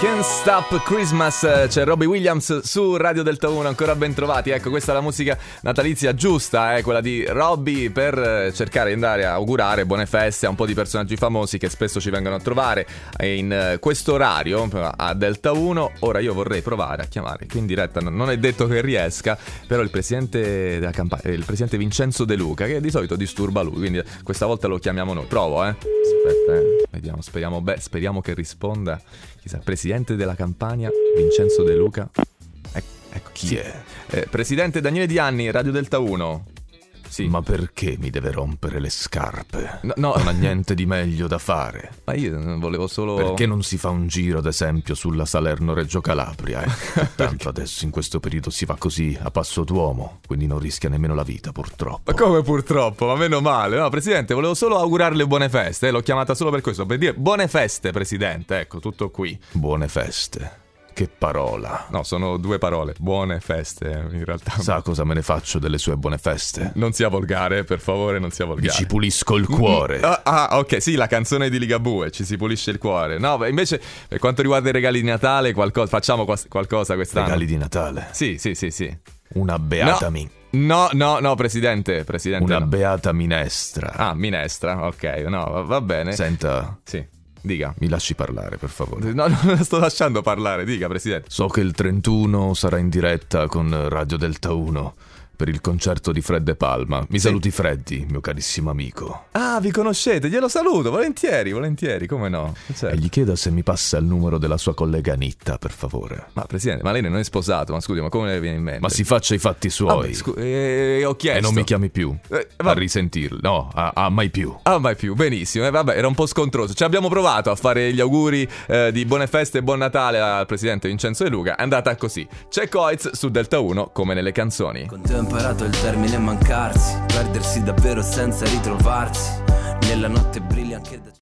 Can't Stop Christmas, eh, c'è Robbie Williams su Radio Delta 1, ancora ben trovati. Ecco, questa è la musica natalizia giusta, eh, quella di Robbie, per eh, cercare di andare a augurare buone feste a un po' di personaggi famosi che spesso ci vengono a trovare eh, in eh, questo orario eh, a Delta 1. Ora io vorrei provare a chiamare qui in diretta, non non è detto che riesca, però il presidente della campagna, il presidente Vincenzo De Luca, che di solito disturba lui, quindi questa volta lo chiamiamo noi. Provo, eh. Aspetta, eh. Vediamo, speriamo, beh, speriamo che risponda. Chissà, presidente della Campania, Vincenzo De Luca. Ec- ecco chi è. Eh, presidente Daniele Dianni, Radio Delta 1. Sì. Ma perché mi deve rompere le scarpe? No, no. Non ha niente di meglio da fare. ma io volevo solo... Perché non si fa un giro, ad esempio, sulla Salerno-Reggio Calabria? Eh? Tanto adesso in questo periodo si va così a passo d'uomo, quindi non rischia nemmeno la vita, purtroppo. Ma come purtroppo, ma meno male. No, Presidente, volevo solo augurarle buone feste. eh, L'ho chiamata solo per questo, per dire buone feste, Presidente. Ecco, tutto qui. Buone feste. Che parola. No, sono due parole. Buone feste, eh, in realtà. Sa cosa me ne faccio delle sue buone feste? Non sia volgare, per favore, non sia Vi volgare. ci pulisco il cuore. Ah, ah, ok, sì, la canzone di Ligabue, ci si pulisce il cuore. No, beh, invece, per quanto riguarda i regali di Natale, qualcosa, facciamo quas- qualcosa quest'anno. Regali di Natale. Sì, sì, sì, sì. Una beata min- No, no, no, presidente, presidente. Una no. beata minestra. ah, eh. minestra, ok, no, va- va bene. Senta, Sì, dica. mi lasci parlare, per favore. No, non la sto lasciando parlare, dica, presidente. So che il 31 sarà in diretta con Radio Delta 1 per il concerto di Fred De Palma. Mi Sì. saluti Freddy, mio carissimo amico. Ah, vi conoscete, glielo saluto, volentieri, volentieri, come no? E Certo. Eh, gli chieda se mi passa il numero della sua collega Nitta, per favore. Ma presidente, ma lei non è sposato, ma scusi, ma come le viene in mente? Ma si faccia i fatti Vabbè, suoi. scu- eh, ho chiesto. e non mi chiami più. Eh, A va- risentirlo. No, a, a mai più. Ah, mai più, benissimo. Eh, vabbè, era un po' scontroso. Ci abbiamo provato a fare gli auguri eh, di buone feste e buon Natale al presidente Vincenzo De Luca. È andata così. C'è Coiz su Delta 1, come nelle canzoni. Con te ho imparato il termine mancarsi, perdersi davvero senza ritrovarsi. Nella notte briglia anche da